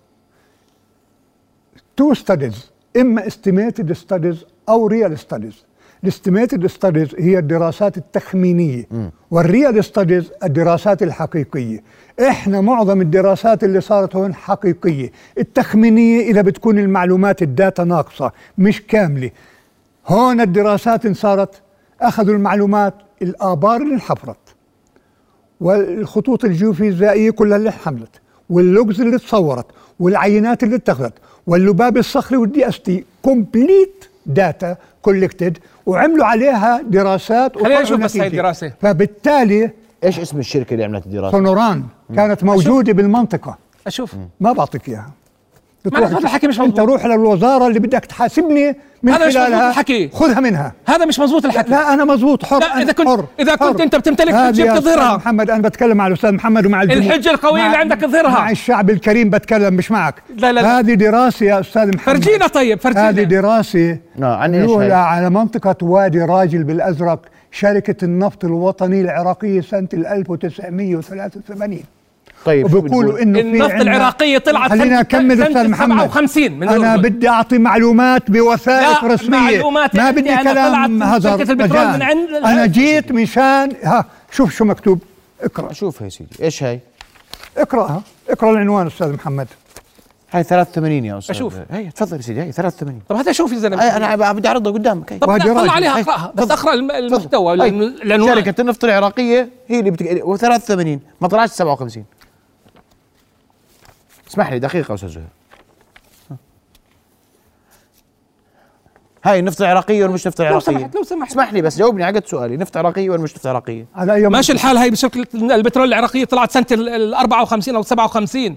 تو ستاديز اما استيميتد ستاديز او ريال ستاديز الاستيميتد ستاديز هي الدراسات التخمينيه والريال ستاديز الدراسات الحقيقيه احنا معظم الدراسات اللي صارت هون حقيقيه التخمينيه اذا بتكون المعلومات الداتا ناقصه مش كامله هون الدراسات صارت اخذوا المعلومات الابار اللي انحفرت والخطوط الجيوفيزيائيه كلها اللي حملت واللوجز اللي اتصورت والعينات اللي اتخذت واللباب الصخري والدي اس تي كومبليت داتا كولكتد وعملوا عليها دراسات خلينا نشوف وطلعوا بس هاي نتيجة. الدراسة. فبالتالي ايش اسم الشركه اللي عملت الدراسه سونوران كانت موجوده بالمنطقه أشوف ما بعطيك اياها معنى هذا الحكي مش انت مضبوط. روح للوزاره اللي بدك تحاسبني من هذا مش مضبوط خلالها الحكي. خذها منها هذا مش مزبوط الحكي لا انا مزبوط حر لا، أنا إذا كنت- حر إذا كنت حر. أنت بتمتلك هذه حجة يا أستاذ بتظهرها. محمد انا بتكلم مع الاستاذ محمد ومع الجمهور الحجة القوية مع- اللي عندك اظهرها. مع الشعب الكريم بتكلم مش معك لا، لا، لا. نعم. هذه دراسه يا استاذ محمد فرجينا طيب، فرجينا. هذه دراسه آه، عن إيش هاي؟ يولى على منطقه وادي راجل بالازرق شركه النفط الوطني العراقيه سنه 1983 طيب شو وبقولوا بتقول؟ انه في النفط عنا- العراقية طلعت خلينا سنة- اكمل سنة استاذ محمد 57 من انا الأردن. بدي اعطي معلومات بوثائق لا، رسميه معلومات ما يا بدي بدي أنا طلعت كلام من هزار شركة البترول مجان. من عند- انا جيت مشان ها شوف شو مكتوب اقرا شوف يا سيدي ايش هاي اقراها اقرا العنوان استاذ محمد هاي 83 يا استاذ أشوف. هي تفضل يا سيدي هي 83 طب هذا شوف يا زلمة هاي انا بدي اعرضها قدامك هي طب لا، وادي راجل. طلع عليها هاي. اقراها بس تفضل. اقرا الم- المحتوى طيب. هاي. العنو- العنوان شركه النفط العراقيه هي اللي بتك... و83 ما طلعش 57 اسمح لي دقيقه استاذ زهير هاي نفط عراقية ولا مش نفط لو عراقية؟ سمحت لو سمحت اسمح لي بس جاوبني على قد سؤالي نفط عراقية ولا مش نفط عراقية؟ على اي ماشي الحال هاي بشركة البترول العراقية طلعت سنة ال- ال 54 او 57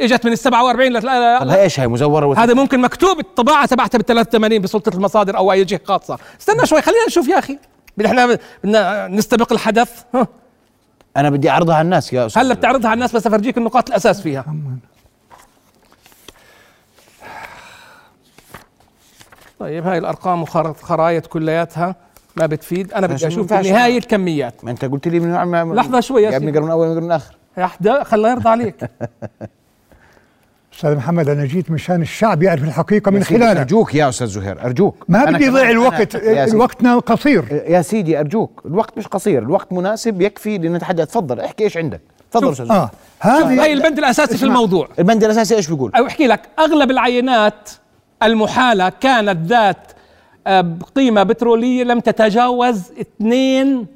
اجت من ال 47 لت- طب لا- هاي ايش هاي مزورة ولا هذا ممكن مكتوب الطباعة تبعتها بال 83 بسلطة المصادر او اي جهة خاصة استنى شوي خلينا نشوف يا اخي بدنا- احنا بدنا نستبق الحدث ها. انا بدي اعرضها على الناس يا استاذ هلا بتعرضها على الناس بس افرجيك النقاط الاساس فيها طيب هاي الارقام وخرايط كلياتها ما بتفيد انا بدي عشان اشوف ما ينفعش. نهايه الكميات ما انت قلت لي من عم لحظة شوي يا يا ابني سيدي. قرن اول قرن اخر يا حدا خلينا يرضى عليك استاذ محمد انا جيت مشان الشعب يعرف الحقيقه من يا سيدي، خلالك ارجوك يا استاذ زهير ارجوك ما أنا بدي كمان- يضيع أنا- الوقت يا سيدي. وقتنا قصير يا سيدي ارجوك الوقت مش قصير الوقت مناسب يكفي لنتحدث تفضل احكي ايش عندك تفضل استاذ زهير. اه هذه طيب، هاي البند الاساسي في الموضوع البند الاساسي ايش بيقول أو أحكي لك أغلب العينات المحالة كانت ذات آه، قيمة بترولية لم تتجاوز 2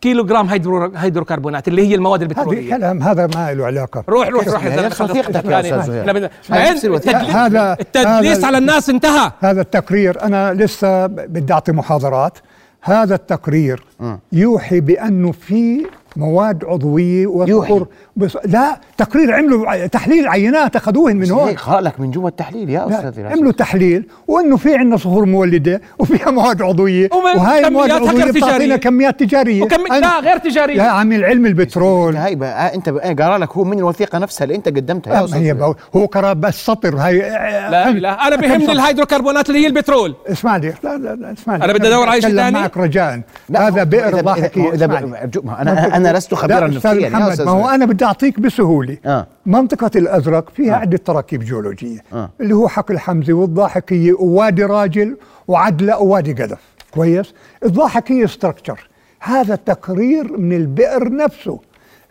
كيلوغرام هيدرو هيدروكربونات اللي هي المواد هذه البترولية كلام هذا ما له علاقه روح روح روح اسمع، يا زلمة، هي خلص. وثيقتك يا يعني أستاذ زهير. أنا بدي- هاي بعدين بتصير وثيقة. التدليس- هذا- التدليس هذا- على الناس انتهى هذا التقرير انا لسه بدي اعطي محاضرات هذا التقرير يوحي بانه في مواد عضويه يوحي. وفقر بس لا تقرير عملوا ع- تحليل عينات اخذوهن من هون هيك قرأ لك من جوا التحليل يا لا، استاذ عملوا تحليل وانه في عندنا صخور مولده وفيها مواد عضويه ومن وهاي المواد كميات العضويه هكر بتعطينا تجارية. كميات تجاريه وكم- أنا- لا، غير تجارية. يا عمي علم البترول هاي بقى انت بقى قرا لك هو من الوثيقه نفسها اللي انت قدمتها يا آه، ما استاذ هي زهير. بقى- هو قرا بس سطر هاي لا لا أنا بهمني الهيدروكربونات اللي هي البترول اسمع لي لا لا لا اسمع لي أنا بدي أدور على شيء أتكلم تاني. معك رجاء لا، هذا إذا- بئر إذا- ضاحك إذا- اسمع إذا- لي. أرجوك، ما منطق انا انا أنا لست خبيرا لا، أستاذ نفطيا يا محمد، أستاذ ما هو زهير. أنا بدي أعطيك بسهولة آه. منطقة الأزرق فيها عدة تراكيب جيولوجية آه. اللي هو حقل حمزي والضاحكية ووادي راجل وعدلة ووادي قذف كويس الضاحكية ستراكتشر هذا تقرير من البئر نفسه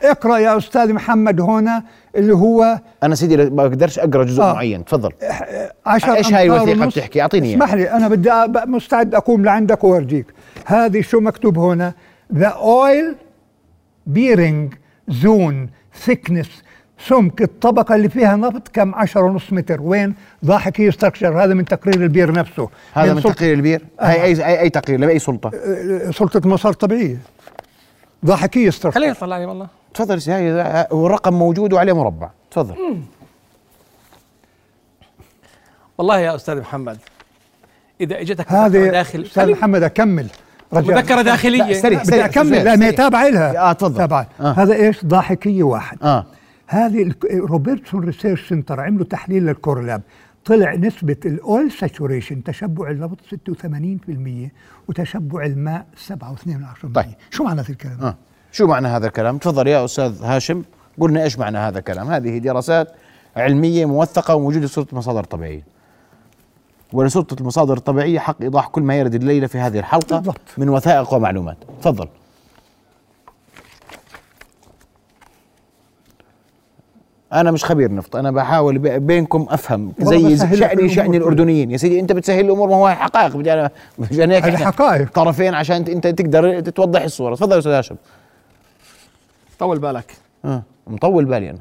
اقرأ يا أستاذ محمد هنا اللي هو أنا سيدي ما بقدرش أقرأ جزء آه. معين تفضل عشر إيش هاي أمتار الوثيقة ونص. بتحكي أعطيني إياها. اسمح لي أنا بدي أ- مستعد أقوم لعندك وأورجيك هذه شو مكتوب هنا The oil bearing zone thickness سمك الطبقة اللي فيها نفط كم 10 ونص متر وين ضاحكية ستراكشر هذا من تقرير البير نفسه هذا من سلطة- تقرير البير آه. هاي أي أي- أي تقرير لأي سلطة آه، سلطة مسار طبيعية ضاحكية ستراكشر خليني اطلع لي والله تفضل سي- هاي والرقم آه، موجود وعليه مربع تفضل والله يا استاذ محمد اذا اجتك هذه مذكره داخل استاذ خلي- محمد اكمل رجاء مذكرة داخلية. لا، سريع، بدي سريع، اكمل سريع، لا ما سريع. هي تابعه لها اه تفضل تابعه هذا ايش ضاحكيه واحد اه هذه الك- روبرتسون ريسيرش سنتر عملوا تحليل للكورلاب طلع نسبة الأول ساتوريشن تشبع اللبط 86% وتشبع الماء 7.2% طيب. شو معنى هذا الكلام؟ آه. شو معنى هذا الكلام تفضل يا أستاذ هاشم قلنا إيش معنى هذا الكلام هذه دراسات علمية موثقة وموجودة في سلطة مصادر طبيعية ولسلطة المصادر الطبيعية حق إيضاح كل ما يرد الليلة في هذه الحلقة بالضبط. من وثائق ومعلومات تفضل أنا مش خبير نفط أنا بحاول ب- بينكم أفهم والله زي بسهل لك شأني الأمور. شأن الأردنيين يا سيدي أنت بتسهل الأمور ما هو حقائق بدي أنا عشان هيك إحنا الحقائق. طرفين عشان أنت- أنت تقدر توضح الصورة تفضل يا أستاذ هاشم طول بالك آه. مطول بالي انا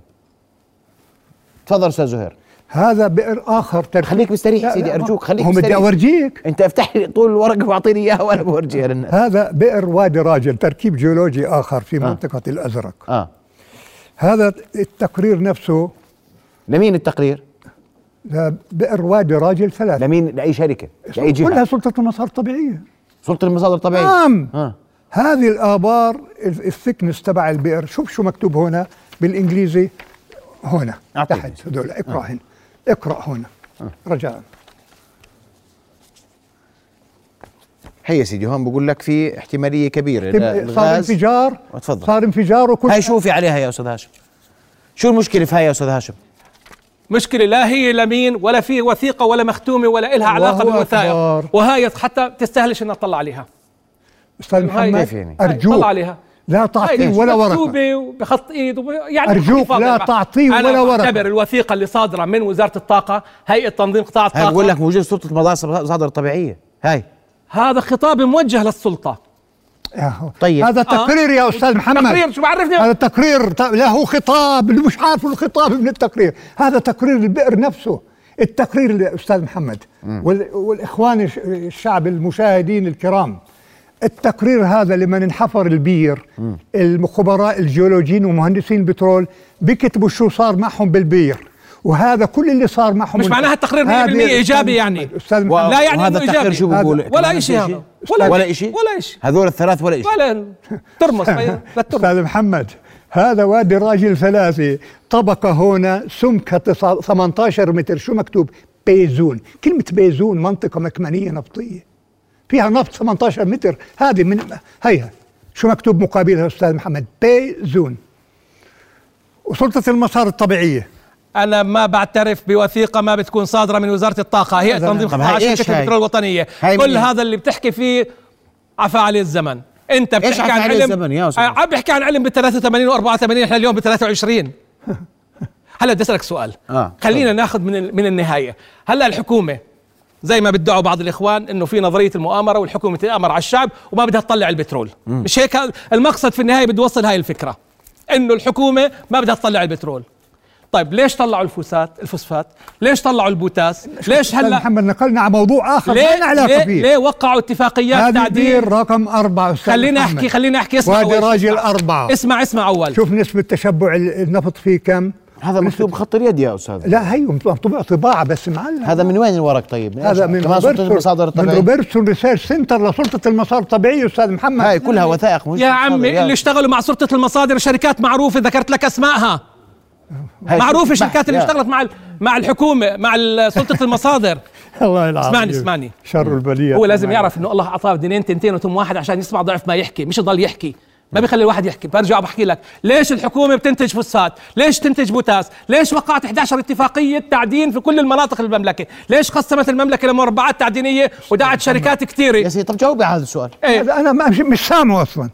تفضل استاذ زهير هذا بئر اخر ترتيب خليك مستريح لا، سيدي لا، ما- ارجوك خليك هم بدي مستريح. أورجيك. انت افتح لي طول الورقه واعطيني اياها وانا بورجيها للناس *laughs* هذا بئر وادي راجل تركيب جيولوجي آخر آه. في منطقة الأزرق اه هذا التقرير نفسه لمين التقرير؟ بئر وادي راجل ثلاثة لمين لاي شركه؟ لاي كلها جهه؟ سلطة المصادر الطبيعية سلطه المصادر الطبيعيه نعم آه. هذه الآبار ال- الثكنس تبع البئر شوف شو مكتوب هنا بالإنجليزي هنا أعطيني. آه. تحت هذول اقرأ هنا اقرأ هنا رجاء هي سيدي هون بقول لك في احتماليه كبيره تب- صار للغاز. انفجار وتفضل. صار انفجار وكل هاي شوفي عليها يا استاذ هاشم شو المشكله في هاي يا استاذ هاشم؟ مشكله لا هي لمين ولا في وثيقه ولا مختومه ولا إلها الله علاقه بالوثائق أكبر. وهاي حتى تستاهلش ان نطلع عليها استاذ وهاي- محمد كيف يعني؟ أرجوك طلع عليها. لا هاي تعطيه ولا ورقة مكتوبة وبخط ايد وب- يعني أرجوك بخط فاضي لا بقى. تعطيه ولا انا ورقة. بعتبر الوثيقه اللي صادره من وزاره الطاقه هيئه تنظيم قطاع هاي بقول الطاقه لك موجود سلطه المصادر الطبيعيه هاي هذا خطاب موجه للسلطه طيب هذا تقرير يا استاذ محمد تقرير شو بعرفني هذا التقرير ت- له خطاب اللي مش عارف الخطاب من التقرير هذا تقرير البئر نفسه التقرير الاستاذ محمد وال- والاخوان الش- الشعب المشاهدين الكرام التقرير هذا لمن انحفر البير الخبراء الجيولوجيين ومهندسين البترول بيكتبوا شو صار معهم بالبير وهذا كل اللي صار معهم مش معناها التقرير 100% ايجابي يعني استاذ محمد لا يعني وهذا إنه التقرير إيجابي. شو بقول؟ هذا- ولا شيء هذا ولا ولا شيء؟ ولا شيء هذول الثلاث ولا شيء ولا *laughs* ترمس لا ترمس استاذ محمد هذا وادي راجل ثلاثي طبقه هنا سمكها تسع- 18 متر شو مكتوب بيزون كلمه بيزون منطقه مكمنيه نفطيه فيها نفط 18 متر هذه من هيها شو مكتوب مقابلها استاذ محمد بيزون وسلطه المسار الطبيعيه انا ما بعترف بوثيقه ما بتكون صادره من وزاره الطاقه هي هذا تنظيم طب قطاع هاي إيش شركه هاي؟ البترول الوطنيه هاي كل من- هذا اللي بتحكي فيه عفى عليه الزمن انت بتحكي عفى عن عليه علم آه، الزمن يا أستاذ؟ عم بحكي عن علم بال 83 و 84 احنا اليوم بال 23 هلا بدي اسالك سؤال آه. خلينا ناخذ من ال- من النهايه هلا الحكومه زي ما بدعوا بعض الاخوان انه في نظريه المؤامره والحكومه تامر على الشعب وما بدها تطلع البترول مش هيك المقصد في النهايه بده يوصل هاي الفكره انه الحكومه ما بدها تطلع البترول طيب ليش طلعوا الفوسات الفوسفات ليش طلعوا البوتاس ليش استاذ هلا محمد نقلنا على موضوع اخر ما ليه لنا علاقه ليه, فيه ليه وقعوا اتفاقيات هذا تعديل بير رقم أربعة أستاذ خلينا محمد. احكي خلينا احكي اسمع وادي أول. راجل اسمع. أربعة اسمع اسمع اول شوف نسبة تشبع ال- النفط فيه كم؟ هذا مكتوب بخط اليد يا استاذ لا هي مطبوع طباعة بس معلم هذا من وين الورق طيب؟ هذا من كمان سلطه المصادر روبرتسون من الطبيعيه روبرتسون ريسيرش سنتر لسلطة المسار الطبيعي أستاذ محمد هاي كلها وثائق مش يا مصادر، عمي اللي اشتغلوا مع سلطه المصادر شركات معروفه ذكرت لك اسمائها هاي معروفه شوف بحث، الشركات اللي يا. اشتغلت مع ال- مع الحكومه مع ال- سلطه المصادر الله العظيم اسمعني اسمعني شر البلية هو لازم يعرف انه الله اعطاه دينين تنتين وتم واحد عشان يسمع ضعف ما يحكي مش يضل يحكي ما بيخلي الواحد يحكي برجع بحكي لك ليش الحكومه بتنتج فوسفات ليش تنتج بوتاس ليش وقعت 11 اتفاقيه تعدين في كل المناطق المملكه ليش قسمت المملكه لمربعات تعدينيه ودعت شركات كثيره يا سيدي طب جاوبي على هذا السؤال إيه. هذا انا ما مش سامعه اصلا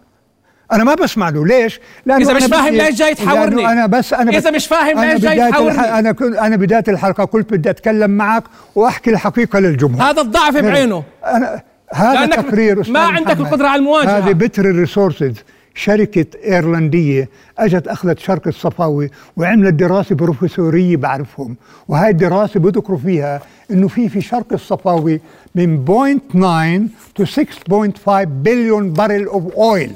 انا ما بسمع له ليش؟ إذا مش أنا فاهم بدي- ليش جاي تحاورني؟ لأنه انا بس انا إذا مش فاهم أنا ليش جاي بداية الح- تحاورني؟ انا كنت انا بدايه الحلقه قلت بدي اتكلم معك واحكي الحقيقه للجمهور هذا الضعف ليش؟ بعينه انا هذا لأنك تقرير أستاذ ما عندك محمد. القدرة على المواجهة. هذه بتر ريسورسز شركة ايرلندية اجت اخذت شرق الصفاوي وعملت دراسة بروفيسورية بعرفهم وهاي الدراسة بذكروا فيها انه في في شرق الصفاوي من 0.9 to 6.5 بليون بارل اوف اويل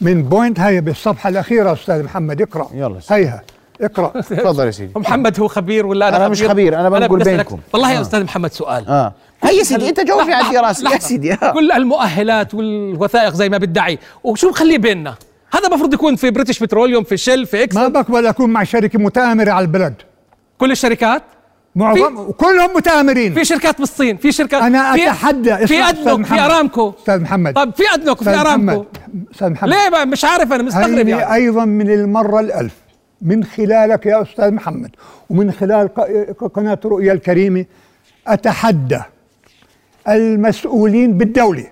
من بوينت هي بالصفحة الأخيرة أستاذ محمد اقرأ يلا هيها اقرأ تفضل يا سيدي محمد هو خبير ولا انا أنا مش خبير، أنا بنقول بسألك- بينكم. والله يا آه. استاذ محمد سؤال اه هيا سيدي، أنت جاوبني على الدراسة، يا سيدي، آه. كل المؤهلات والوثائق زي ما بتدعي وشو مخليه بيننا هذا المفروض يكون في بريتش بتروليوم في شل في اكس ما بقبل أكون مع شركة متآمرة على البلد كل الشركات معظم كلهم متآمرين في شركات بالصين في شركات أنا في- أتحدى في اسمع أستاذ ادنوك في محمد. ارامكو أستاذ محمد طب في ادنوك في أستاذ ارامكو محمد. أستاذ محمد ليه ما- مش عارف انا مستغرب هيني يعني ايضا من المره الالف من خلالك يا استاذ محمد ومن خلال ق- قناه رؤيا الكريمه اتحدى المسؤولين بالدوله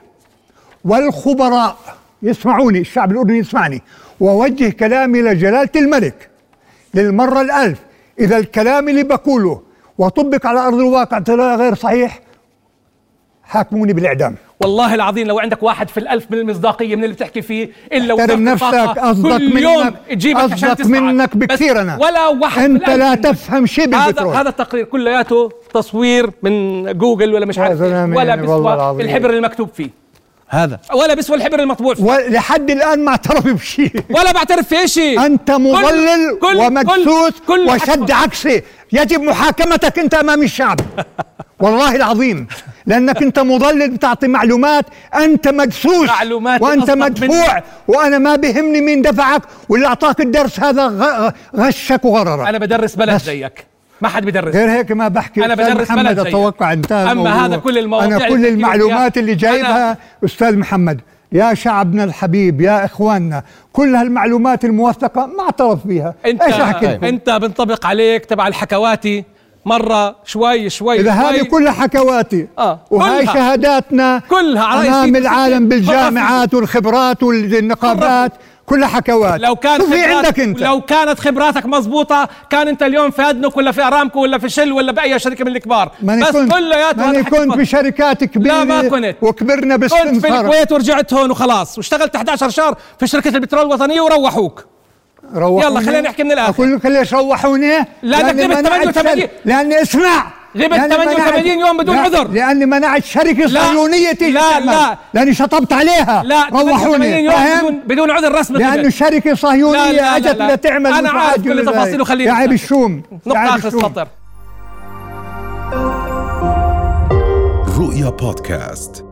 والخبراء يسمعوني الشعب الاردني يسمعني واوجه كلامي لجلاله الملك للمره الالف اذا الكلام اللي بقوله وطبق على ارض الواقع طلع غير صحيح حاكموني بالاعدام والله العظيم لو عندك واحد في الألف من المصداقية من اللي بتحكي فيه إلا وزارة احترم نفسك الطاقة اصدق كل يوم منك تجيبك عشان اصدق تسمعك. منك بس بكثير انا ولا واحد انت بالألف لا منك. تفهم شيء هذا بالبترول هذا التقرير كلياته تصوير من جوجل ولا مش عارف يا زلمة إيه، ولا يعني والله بيسوى العظيم. الحبر المكتوب فيه هذا ولا بيسوى الحبر المطبوع فيه ولحد الان ما اعترف *laughs* *laughs* بشيء ولا بعترف في شيء انت مضلل كل- ومدسوس كل- كل وشد حكمة. عكسي يجب محاكمتك انت امام *laughs* الشعب والله العظيم لانك انت مضلل بتعطي معلومات انت مدسوس معلومات وانت أصدق مدفوع منك. وانا ما بهمني مين دفعك واللي اعطاك الدرس هذا غ- غشك وغررك أنا بدرس بلد بس. زيك ما حد بدرس غير هيك ما بحكي أنا أستاذ بدرس محمد بلد زيك. اتوقع انتهى أما الموضوع. هذا كل المواضيع انا اللي كل بتحكي المعلومات فيها اللي جايبها استاذ محمد يا شعبنا الحبيب يا اخواننا كل هالمعلومات الموثقه ما اعترف بيها انت ايش احكي لكم انت بنطبق عليك تبع الحكواتي مره شوي شوي اذا شوي. هذه كلها حكواتي طيب. آه، وهاي كلها. شهاداتنا كلها على رأي امام سيدي العالم حسين. بالجامعات والخبرات والنقابات كلها حكوات لو كان شو في خبرات- عندك انت لو كانت خبراتك مزبوطة كان انت اليوم في ادنك ولا في ارامكو ولا في شل ولا باي شركه من الكبار ماني بس كنت كلياته هذا ماني حكي كنت فاضي. بشركات كبيره لا ما كنت وكبرنا كنت في باستنصار الكويت ورجعت هون وخلاص واشتغلت 11 شهر في شركه البترول الوطنيه وروحوك روحوني يلا خلينا نحكي من الآخر. اقول لك ليش روحوني لأنك غبت 88 لاني اسمع غبت لأني 88 منعت- يوم بدون لا، عذر. لاني منعت شركه لا، صهيونيه تيجي لا، تعمل. لا. لاني شطبت عليها لا 88 روحوني يوم بدون, فاهم بدون عذر رسمي *laughs* لانه غبت. شركه لا، لا، لا، صهيونيه اجت لا. لتعمل أنا مش عارف عاد كل يقول لي تفاصيله، خليني يا عيب أسمعك. الشوم يا عيب نقطه اخر الشوم. السطر رؤيا بودكاست